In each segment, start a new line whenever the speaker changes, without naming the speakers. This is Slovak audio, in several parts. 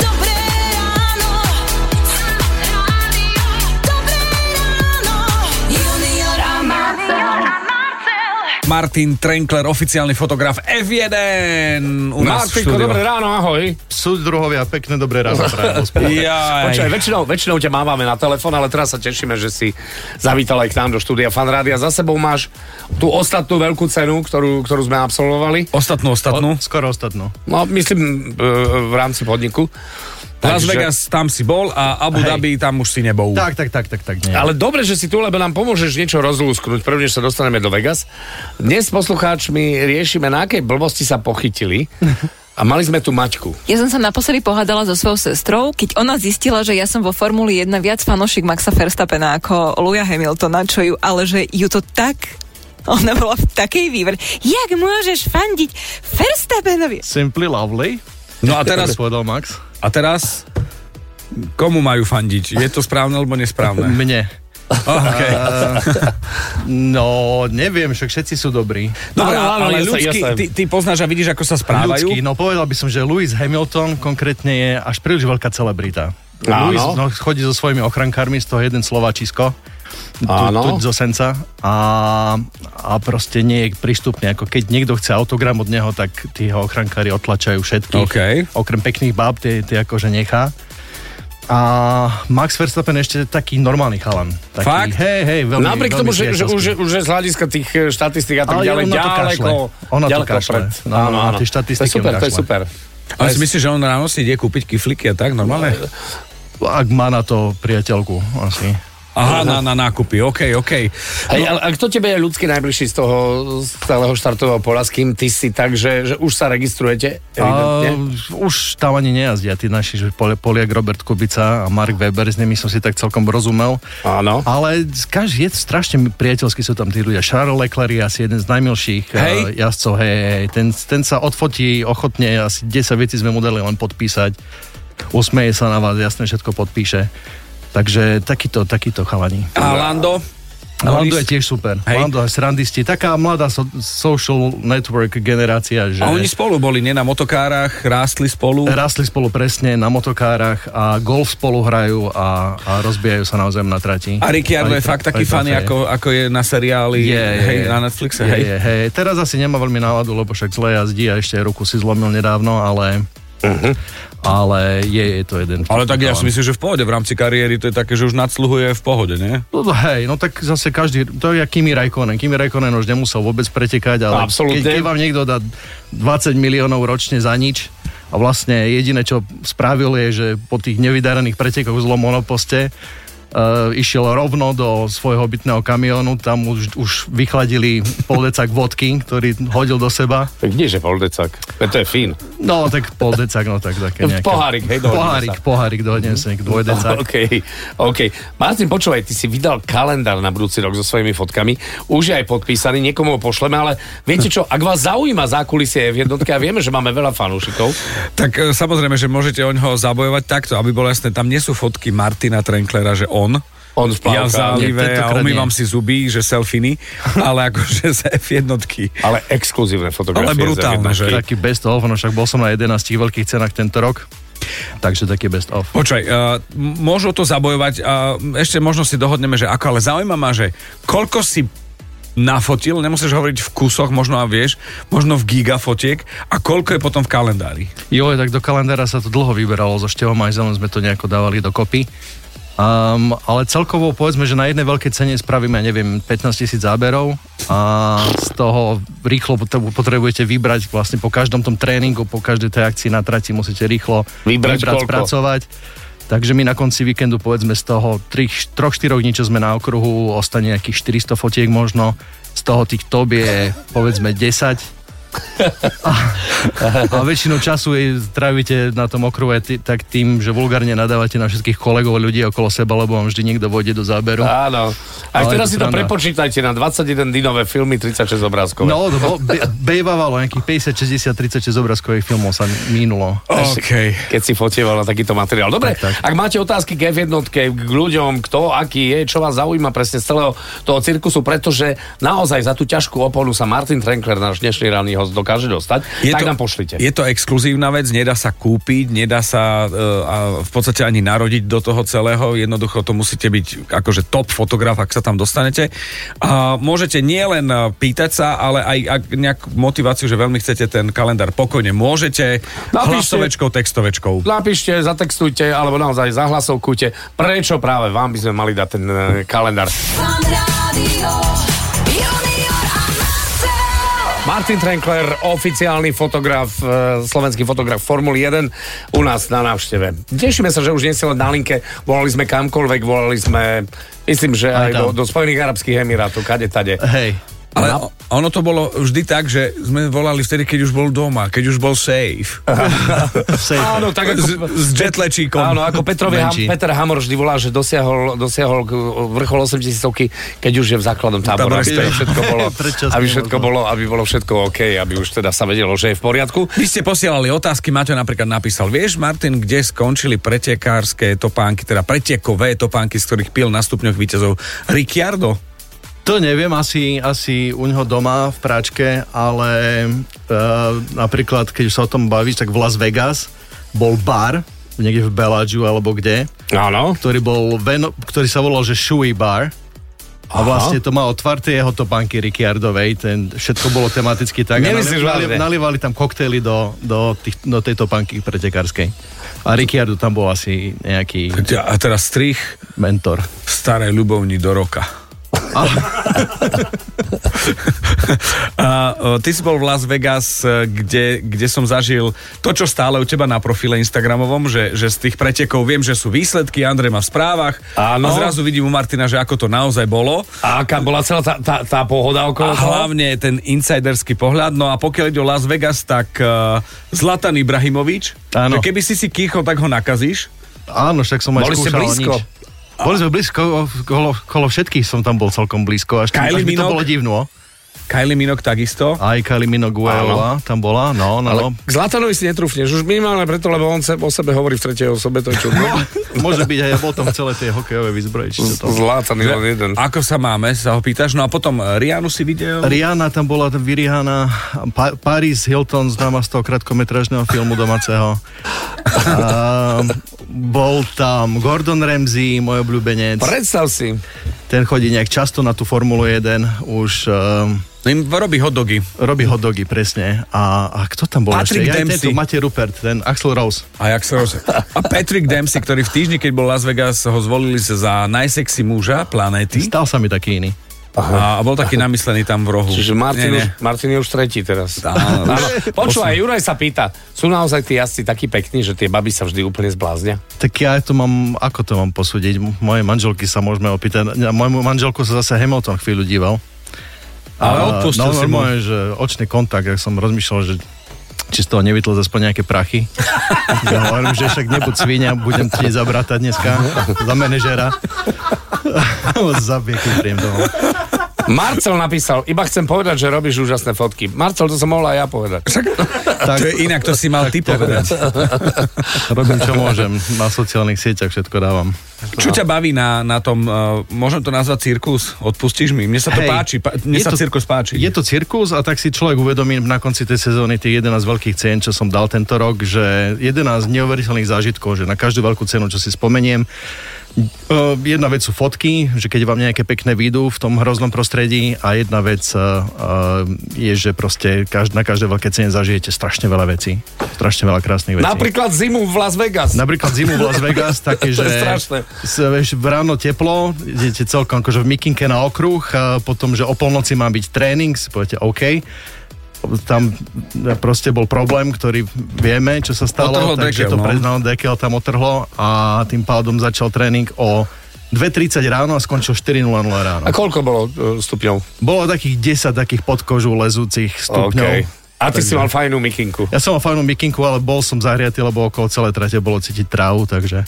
Dobré ráno. Dobré ráno. Junior a Marcel.
Martin Trenkler, oficiálny fotograf F1 u nás v
Martinko,
štúdiu.
dobré ráno, ahoj.
Súd druhovia, pekné dobré ráno. prajem, hospodári.
Jaj.
Počkaj, väčšinou, väčšinou ťa mávame na telefón, ale teraz sa tešíme, že si zavítal aj k nám do štúdia Fanrádia. Za sebou máš tú ostatnú veľkú cenu, ktorú, ktorú sme absolvovali.
Ostatnú, ostatnú.
Skoro ostatnú.
No, myslím, e, v rámci podniku.
Las
Takže-
Vegas, tam si bol a Abu
Hej.
Dhabi, tam už si nebol.
Tak, tak, tak, tak, tak. Nie.
Ale dobre, že si tu, lebo nám pomôžeš niečo rozlúsknuť, prvne, sa dostaneme do Vegas. Dnes s poslucháčmi riešime, na akej blbosti sa pochytili. A mali sme tu Maťku.
Ja som sa naposledy pohádala so svojou sestrou, keď ona zistila, že ja som vo Formuli 1 viac fanošik Maxa Verstappena ako Luja Hamiltona, čo ju, ale že ju to tak... Ona bola v takej výver. Jak môžeš fandiť Verstappenovi?
Simply lovely,
No a teraz,
povedal Max.
a teraz, komu majú fandiť? Je to správne alebo nesprávne?
Mne.
Oh, okay.
No, neviem, však všetci sú dobrí.
Dobre,
Áno, áno,
ale
jasné,
ľudský,
jasné.
ty, ty poznáš a vidíš, ako sa správajú.
Ľudský, no povedal by som, že Lewis Hamilton konkrétne je až príliš veľká celebrita.
Áno.
Lewis no, chodí so svojimi ochrankármi, z toho jeden Slovačisko, tu,
Áno.
tu zo Senca a, a proste nie je prístupný. Ako keď niekto chce autogram od neho, tak tí jeho ochrankári otlačajú všetkých.
OK.
Okrem pekných báb, tie, tie akože nechá. A Max Verstappen je ešte taký normálny chalan. Taký,
Fakt?
Hej, hej, veľmi,
Napriek
veľmi
tomu, že, že
priateľský.
už, už je z hľadiska tých e, štatistík a tak
Ale
ďalej,
on na to
ďaleko,
kašle. On na to
ďaleko
kašle.
pred.
No, no, tie štatistiky
To je super, to
on
je
kašle. No.
super.
Ale si myslíš, že on ráno si ide kúpiť kifliky a tak, normálne?
Ak má na to priateľku, asi.
Aha, na, na nákupy, OK, OK.
Hej, ale, a kto tebe je ľudský najbližší z toho z celého štartového pola, s kým ty si tak, že, že už sa registrujete?
A
evidentne?
už tam ani nejazdia tí naši, že Poli- Poliak Robert Kubica a Mark Weber, s nimi som si tak celkom rozumel.
Áno.
Ale každý je strašne priateľský sú tam tí ľudia. Charles Leclerc je asi jeden z najmilších
Hej.
eh, jazdcov. Hej, hej, hej. Ten, ten sa odfotí ochotne, asi 10 vecí sme mu dali len podpísať. Usmeje sa na vás, jasne všetko podpíše. Takže takýto, takýto chalani.
A Lando?
Lando je tiež super.
Hej.
Hej. Lando je srandisti. Taká mladá so, social network generácia, že...
A oni spolu boli, nie? Na motokárach, rástli spolu.
Rastli spolu presne na motokárach a golf spolu hrajú a, a rozbijajú sa naozaj na trati.
A Ricciardo
Aj
je
tra-
fakt taký
aj
fan,
trofeje.
ako, ako je na seriáli
Je, je,
hej,
je.
na Netflixe.
Je,
hej.
je, hej. Teraz asi nemá veľmi náladu, lebo však zle jazdí a ešte ruku si zlomil nedávno, ale... Ale je, je to jeden.
Ale tak ja si
chalan.
myslím, že v pohode v rámci kariéry to je také, že už nadsluhuje v pohode, nie?
No to hej, no tak zase každý, to je jak Kimi Raikkonen. Kimi Raikkonen už nemusel vôbec pretekať, ale
Absolútne.
keď, keď vám niekto dá 20 miliónov ročne za nič a vlastne jediné, čo spravil je, že po tých nevydarených pretekoch v zlom monoposte Uh, išiel rovno do svojho bytného kamiónu, tam už, už vychladili poldecak vodky, ktorý hodil do seba.
Tak nie, že Voldecak. To je fín.
No, tak poldecak, no tak také nejaké.
Pohárik, hej, dohodneme sa.
Pohárik,
Mhm. No,
pohárik, dohodnem sa, nejak dvojdecak.
OK, OK. Martin, počúvaj, ty si vydal kalendár na budúci rok so svojimi fotkami. Už je aj podpísaný, niekomu ho pošleme, ale viete čo, ak vás zaujíma zákulisie v jednotke, a vieme, že máme veľa fanúšikov,
Tak e, samozrejme, že môžete o ňoho zabojovať takto, aby bolo jasné, tam nie sú fotky Martina Trenklera, že on.
On
ja v
v plavkách.
zálive
Nie,
a
tentokrát
umývam
nie.
si zuby, že selfiny, ale akože z F1.
ale exkluzívne fotografie.
Ale brutálne,
z
že?
jednotky.
Taký best of, no však bol som na 11 veľkých cenách tento rok, takže taký best of.
Počkaj, uh, môžu to zabojovať a ešte možno si dohodneme, že ako, ale zaujíma ma, že koľko si nafotil, nemusíš hovoriť v kusoch, možno a vieš, možno v gigafotiek a koľko je potom v kalendári.
Jo, tak do kalendára sa to dlho vyberalo, so Števom aj Zelom sme to nejako dávali dokopy. Um, ale celkovo povedzme, že na jednej veľkej cene spravíme, ja neviem, 15 tisíc záberov a z toho rýchlo potre- potrebujete vybrať vlastne po každom tom tréningu, po každej tej akcii na trati musíte rýchlo
Vybrať koľko?
spracovať. Takže my na konci víkendu povedzme z toho 3-4 dní, čo sme na okruhu, ostane nejakých 400 fotiek možno, z toho tých top je povedzme 10 A väčšinu času jej trávite na tom okruhe ty, tak tým, že vulgárne nadávate na všetkých kolegov a ľudí okolo seba, lebo vám vždy niekto vojde do záberu.
Áno. A
Ale
teraz
je to
si to
sranda.
prepočítajte na 21 dinové filmy, 36 obrázkov.
No, to bolo, be, bejvávalo nejakých 50, 60, 36 obrázkových filmov sa minulo.
OK.
keď si fotieval na takýto materiál. Dobre, tak,
Tak,
ak
tak.
máte otázky k F1, k ľuďom, kto, aký je, čo vás zaujíma presne z celého toho cirkusu, pretože naozaj za tú ťažkú oponu sa Martin Trenkler, náš dnešný ranný host, dokáže dostať, tak nám pošlite.
Je to exkluzívna vec, nedá sa kúpiť, nedá sa e, a v podstate ani narodiť do toho celého, jednoducho to musíte byť akože top fotograf, ak sa tam dostanete. A môžete nielen e, pýtať sa, ale aj ak nejakú motiváciu, že veľmi chcete ten kalendár pokojne, môžete
Napíšte.
hlasovečkou, textovečkou.
Napíšte, zatextujte, alebo naozaj zahlasovkujte, prečo práve vám by sme mali dať ten e, kalendár.
Fan Rádio Junior a Marcel.
Martin Trenkler, oficiálny fotograf, e, slovenský fotograf Formuly 1 u nás na návšteve. Tešíme sa, že už nie si len na linke, volali sme kamkoľvek, volali sme, myslím, že aj,
Aj tam.
do, do Spojených Arabských Emirátov, kade, tade.
Hej,
Ale o- ono to bolo vždy tak, že sme volali vtedy, keď už bol doma, keď už bol safe.
safe.
Áno, tak
S,
ako...
s jetlačíkom.
Áno, ako Petrovi Ham,
Menší.
Peter Hamor vždy volá, že dosiahol, dosiahol k- vrchol 8000 keď už je v základnom
Tábore
tábore. Aby teda
stojí.
všetko bolo,
Predčasne
aby všetko
možno.
bolo, aby bolo všetko OK, aby už teda sa vedelo, že je v poriadku.
Vy ste posielali otázky, Maťo napríklad napísal, vieš Martin, kde skončili pretekárske topánky, teda pretekové topánky, z ktorých pil na stupňoch víťazov Ricciardo?
To neviem, asi, asi u neho doma v práčke, ale e, napríklad, keď už sa o tom bavíš, tak v Las Vegas bol bar, niekde v Bellagio alebo kde,
Áno.
ktorý, bol veno, ktorý sa volal, že Shui Bar. A vlastne to má otvarté jeho topánky Ricciardovej, ten, všetko bolo tematicky tak. A
Nemyslíš
nali-
vážne?
nalievali tam koktejly do, do, tých, do tej topánky pretekárskej. A Ricciardo tam bol asi nejaký
A teraz strich
mentor.
starej ľubovni do roka. A, o, ty si bol v Las Vegas, e, kde, kde som zažil to, čo stále u teba na profile Instagramovom, že, že z tých pretekov viem, že sú výsledky, Andrej má v správach a
Áno.
zrazu vidím u Martina, že ako to naozaj bolo.
A aká bola celá tá, tá, tá pohoda okolo
A
toho?
hlavne ten insiderský pohľad. No a pokiaľ ide o Las Vegas, tak uh, Zlatan Ibrahimovič,
Áno.
že keby si si kýchol, tak ho nakazíš.
Áno, však som aj
Boli ste
skúšal,
blízko?
No, Nič. Boli sme blízko, kolo, kolo všetkých som tam bol celkom blízko, až,
Kylie
až mi to
Minogue?
bolo divno.
Kylie Minok takisto.
Aj Kylie Minogueová tam bola, no, no,
Ale
no.
k Zlatanovi si netrúfneš, už minimálne preto, lebo on se, o sebe hovorí v tretej osobe, to je čudné.
Môže byť aj ja bol tam v celé tej hokejovej výzbroji, či čo to...
Zlatan je len jeden.
Ako sa máme, sa ho pýtaš. No a potom e, Rianu si videl.
Rihanna tam bola tam vyrihaná, pa- Paris Hilton známa z toho krátkometražného filmu domáceho. A, bol tam Gordon Ramsay, môj obľúbenec.
Predstav si.
Ten chodí nejak často na tú Formulu 1, už um,
Im robí hotdogy.
robí hotdogy, presne. A, a kto tam bol
Patrick
ešte?
Dempsey.
tento, Matej Rupert, ten Axel Rose.
A, jak sa roz... a Patrick Dempsey, ktorý v týždni, keď bol Las Vegas, ho zvolili sa za najsexy muža planéty.
Stal sa mi taký iný.
A, a bol taký namyslený tam v rohu.
Čiže Martin,
Nie, nie.
Už, Martin je už tretí teraz.
Áno.
Áno. Počúvaj, Juraj sa pýta, sú naozaj tí jazdci takí pekní, že tie baby sa vždy úplne zbláznia?
Tak ja to mám, ako to mám posúdiť? Mojej manželky sa môžeme opýtať. Na Mojemu manželku sa zase Hamilton chvíľu díval.
Ale odpustil
no,
si mu.
normálne, že očný kontakt, ak som rozmýšľal, že či z toho nevytlo aspoň nejaké prachy. Ja hovorím, že však nebud svinia, budem ti zabratať dneska za manažera. Zabije, keď príjem domov.
Marcel napísal, iba chcem povedať, že robíš úžasné fotky. Marcel, to som mohol aj ja povedať.
To je inak, to si mal ty povedať.
Robím, čo môžem. Na sociálnych sieťach všetko dávam.
Čo ťa baví na, na tom, uh, môžem to nazvať cirkus? Odpustíš mi? Mne sa to
Hej,
páči, pa, mne
je
sa
to-
cirkus páči.
Je to cirkus a tak si človek uvedomí na konci tej sezóny tých 11 veľkých cien, čo som dal tento rok, že 11 neuveriteľných zážitkov, že na každú veľkú cenu, čo si spomeniem. Eh, Jedna vec sú fotky, že keď vám nejaké pekné výjdu v tom hroznom prostredí a jedna vec eh, eh, je, že proste každ- na každej veľkej cene zažijete strašne veľa vecí. Strašne veľa krásnych vecí.
Napríklad zimu v Las Vegas.
Napríklad zimu v Las Vegas, také,
To
že
je strašné.
s- vieš, v ráno teplo, idete celkom akože v mikinke na okruh, a potom, že o polnoci má byť tréning, si poviete OK. Tam proste bol problém, ktorý vieme, čo sa stalo,
Otrhol dekel,
takže to
no.
preznal Dekel tam otrhlo a tým pádom začal tréning o 2.30 ráno a skončil 4.00 ráno.
A koľko bolo e, stupňov?
Bolo takých 10 takých podkožú lezúcich stupňov.
OK. A ty si mal fajnú mikinku.
Ja som mal fajnú mikinku, ale bol som zahriatý, lebo okolo celé trate bolo cítiť trávu, takže...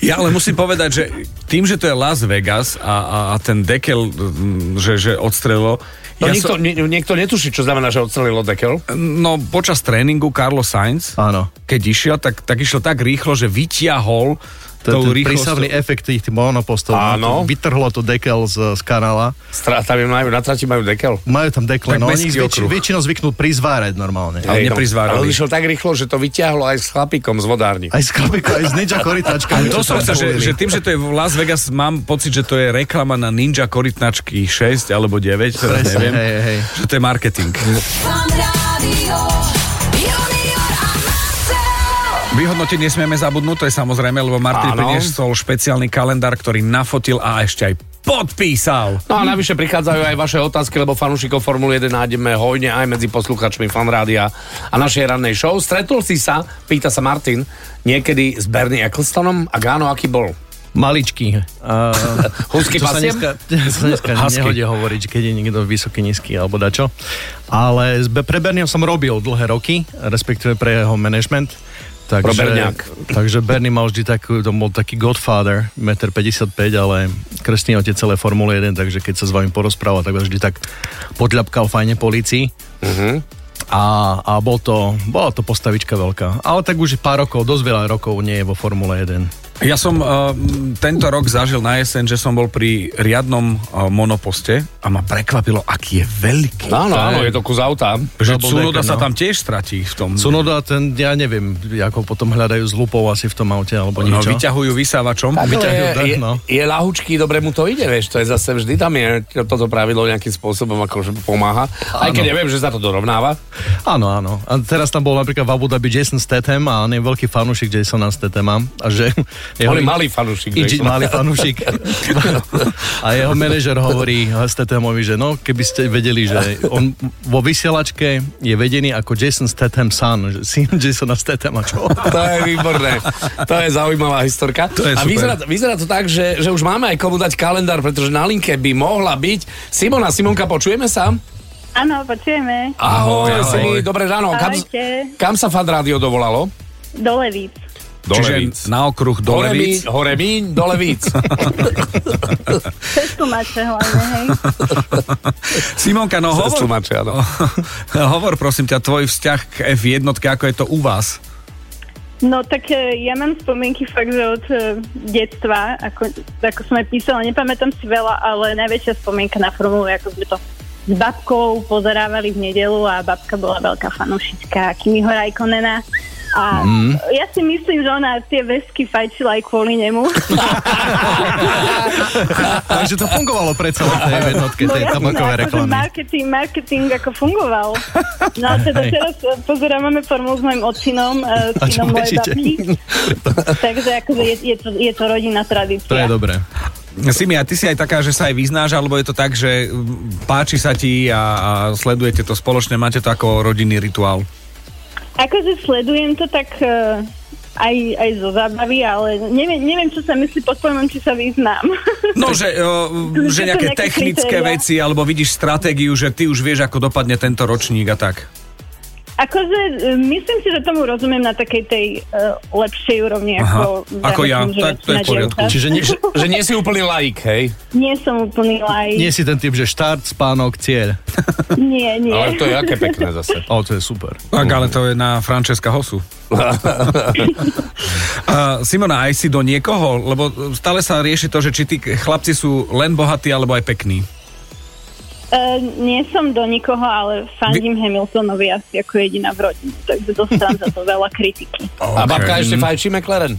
Ja ale musím povedať, že tým, že to je Las Vegas a, a, a ten dekel, mm, že, že odstrelo...
To ja niekto, som... nie, No niekto netuší, čo znamená, že odstrelil dekel.
No, počas tréningu Carlos Sainz,
Áno.
keď išiel, tak, tak išiel tak rýchlo, že vyťahol
To je
tou
ten
rýchlosťou.
prísavný efekt tých monopostov.
Áno.
To Vytrhlo to dekel z, z kanála.
Stra- Tam im majú, na trati majú dekel.
Majú tam dekle,
Tak
no oni
mestský
väč-
okruh.
väčšinou zvyknú prizvárať normálne.
Ale
Hej, no.
neprizvárali.
Ale on išiel tak rýchlo, že to vyťahlo aj s chlapíkom z vodárni.
Aj s klobíkom, aj s ninja korytačkami.
To
čo
som
tam
chcel, že,
pulili.
že tým, že to je v Las Vegas, mám pocit, že to je reklama na Ninja Korytnačky 6 alebo 9, teraz
Presne,
neviem.
hej, hej.
Že to je marketing.
Fan rádio, junior a Marcel.
Vyhodnotiť nesmieme zabudnúť, to je samozrejme, lebo Martin
Áno.
priniesol špeciálny kalendár, ktorý nafotil a ešte aj podpísal.
No a navyše prichádzajú aj vaše otázky, lebo fanúšikov Formule 1 nájdeme hojne aj medzi posluchačmi fanrádia a našej rannej show. Stretol si sa, pýta sa Martin, niekedy s Bernie Ecclestonom? Ak áno, aký bol?
Maličký. Uh,
Husky
čo sa
pasiem?
dneska, čo sa dneska
Husky.
nehodí hovoriť, keď je niekto vysoký, nízky alebo dačo. Ale s- pre Bernieho som robil dlhé roky, respektíve pre jeho management. Takže,
Pro Berniak.
takže Bernie mal vždy takú, to bol taký godfather, 1,55 m, ale krstný otec celé Formule 1, takže keď sa s vami porozprával, tak vás vždy tak podľapkal fajne polícii.
Mhm.
A, a bol to, bola to postavička veľká. Ale tak už pár rokov, dosť veľa rokov nie je vo Formule 1.
Ja som uh, tento rok zažil na jeseň, že som bol pri riadnom uh, monoposte a ma prekvapilo, aký je veľký.
Áno, áno, je to kus auta.
Že
Double
Cunoda
decker,
sa
no.
tam tiež stratí v tom.
Cunoda, ten, ja neviem, ako potom hľadajú s lupou asi v tom aute, alebo
no,
niečo.
vyťahujú vysávačom.
vyťahol
je,
dach,
je,
no.
je lahučký, dobre mu to ide, vieš, to je zase vždy tam je, toto pravidlo nejakým spôsobom akože pomáha, aj keď neviem, že sa to dorovnáva.
Áno, áno. A teraz tam bol napríklad v Abu Dhabi Jason Statham a on je veľký fanúšik Jasona Stathama. A že jeho, no,
On je malý fanúšik.
Iži,
vieš.
malý fanúšik. a jeho manažer hovorí Stathamovi, že no, keby ste vedeli, že on vo vysielačke je vedený ako Jason Statham son, že syn Jasona Stathama, čo?
To je výborné. To je zaujímavá historka.
To je
a
super.
vyzerá, vyzerá to tak, že, že už máme aj komu dať kalendár, pretože na linke by mohla byť Simona. Simonka, počujeme sa?
Áno, počujeme.
Ahoj,
Ahoj.
Simi, dobré ráno. Kam,
Ahojte.
kam sa fan rádio dovolalo?
Do Levíc.
Čiže na okruh do
Dole Míň,
Levíc.
hore Míň, dole Víc.
Cez tlumače hlavne, hej.
Simonka, no
Cez
hovor,
tlmače, áno.
hovor prosím ťa, tvoj vzťah k F1, ako je to u vás?
No tak e, ja mám spomienky fakt, že od e, detstva, ako, ako sme písali, nepamätám si veľa, ale najväčšia spomienka na formulu, ako sme to s babkou pozerávali v nedelu a babka bola veľká fanúšička Kimiho Rajkonena. A mm. ja si myslím, že ona tie vesky fajčila aj kvôli nemu.
Takže to fungovalo predsa len v tej jednotke, tej
jasné,
tabakovej
akože
reklamy.
Marketing, marketing ako fungoval. No a teda
Hej.
teraz e, pozerávame formulu s mojim otcinom, e, s
A čo
synom mojej
väčšite?
babky. Takže akože je, je, to, je to rodinná tradícia.
To je dobré.
Simi, a ty si aj taká, že sa aj vyznáš, alebo je to tak, že mm, páči sa ti a, a sledujete to spoločne, máte to ako rodinný rituál?
Akože sledujem to tak e, aj, aj zo zábavy, ale neviem, neviem čo sa myslí pod pojmom, či sa vyznám.
No, že, o,
Sú
že
to
nejaké
nejaké
technické
kritéria?
veci, alebo vidíš stratégiu, že ty už vieš, ako dopadne tento ročník a tak.
akože e, myslím si, že tomu rozumiem na takej tej uh, lepšej úrovni.
Aha,
Ako,
ako ja,
myslím, že
tak to je v
väčšina
poriadku.
dievčat.
Čiže nie, že, že nie si úplný laik, hej?
Nie som úplný laj.
Nie si ten typ, že štart, spánok, cieľ.
nie, nie.
Ale to je aké pekné zase.
O, to je super.
Tak, ale to je na Francesca Hosu. A Simona, aj si do niekoho? Lebo stále sa rieši to, že či tí chlapci sú len bohatí, alebo aj pekní.
Uh, nie som do nikoho, ale fandím Vy... Hamiltonovi asi ako jediná v rodine, takže dostávam za to veľa kritiky.
A babka ešte fajčí McLaren.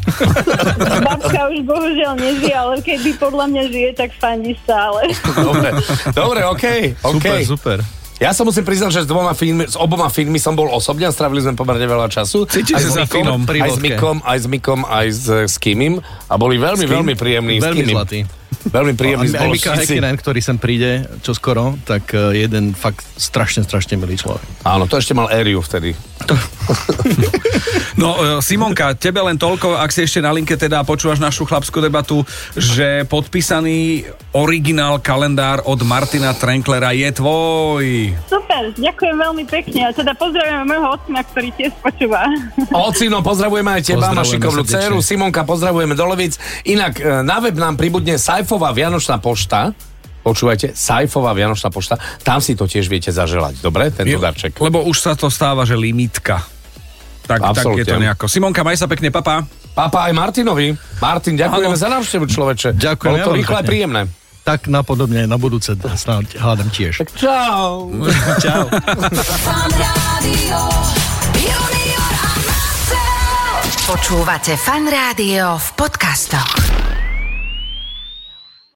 Babka už bohužiaľ nežije, ale keby podľa mňa žije, tak fandí stále.
Dobre, dobre, okej.
Super,
okej.
super.
Ja sa musím priznať, že s, dvoma filmy, s oboma filmmi som bol osobne a strávili sme pomerne veľa času.
Cítite
Aj
sa
s
za
Mikom,
Finom pri
Aj s
vodke.
Mikom, aj s Mikom, aj s, s Kimim. A boli veľmi, veľmi príjemní. s
Veľmi
Kimim.
zlatý.
Veľmi príjemný
A- a
bol.
Mika Häkkinen, ktorý sem príde čoskoro, tak eh, jeden fakt strašne, strašne milý človek.
Áno, to ešte mal Eriu vtedy.
No, e, Simonka, tebe len toľko, ak si ešte na linke teda počúvaš našu chlapskú debatu, že podpísaný originál kalendár od Martina Trenklera je tvoj.
Super, ďakujem veľmi pekne. A teda pozdravujem môjho otca, ktorý tiež počúva.
Ocino, pozdravujeme aj teba,
Pozdravujeme
máš šikovnú
srdečne.
dceru. Simonka, pozdravujeme do Levic. Inak e, na web nám pribudne Sajfová Vianočná pošta. Počúvajte, Sajfová Vianočná pošta. Tam si to tiež viete zaželať, dobre? Tento darček.
Lebo už sa to stáva, že limitka. Tak, tak
Absolútne.
je to nejako. Simonka, maj sa pekne, papa.
Papa aj Martinovi. Martin, ďakujeme
Áno.
za návštevu, človeče.
Ďakujem,
Bolo to
ja vám
rýchle a
pekne.
príjemné.
Tak napodobne aj na budúce snáď hádam tiež.
Tak čau.
Čau.
Fan rádio, junior a Marcel.
Počúvate Fan Rádio v podcastoch.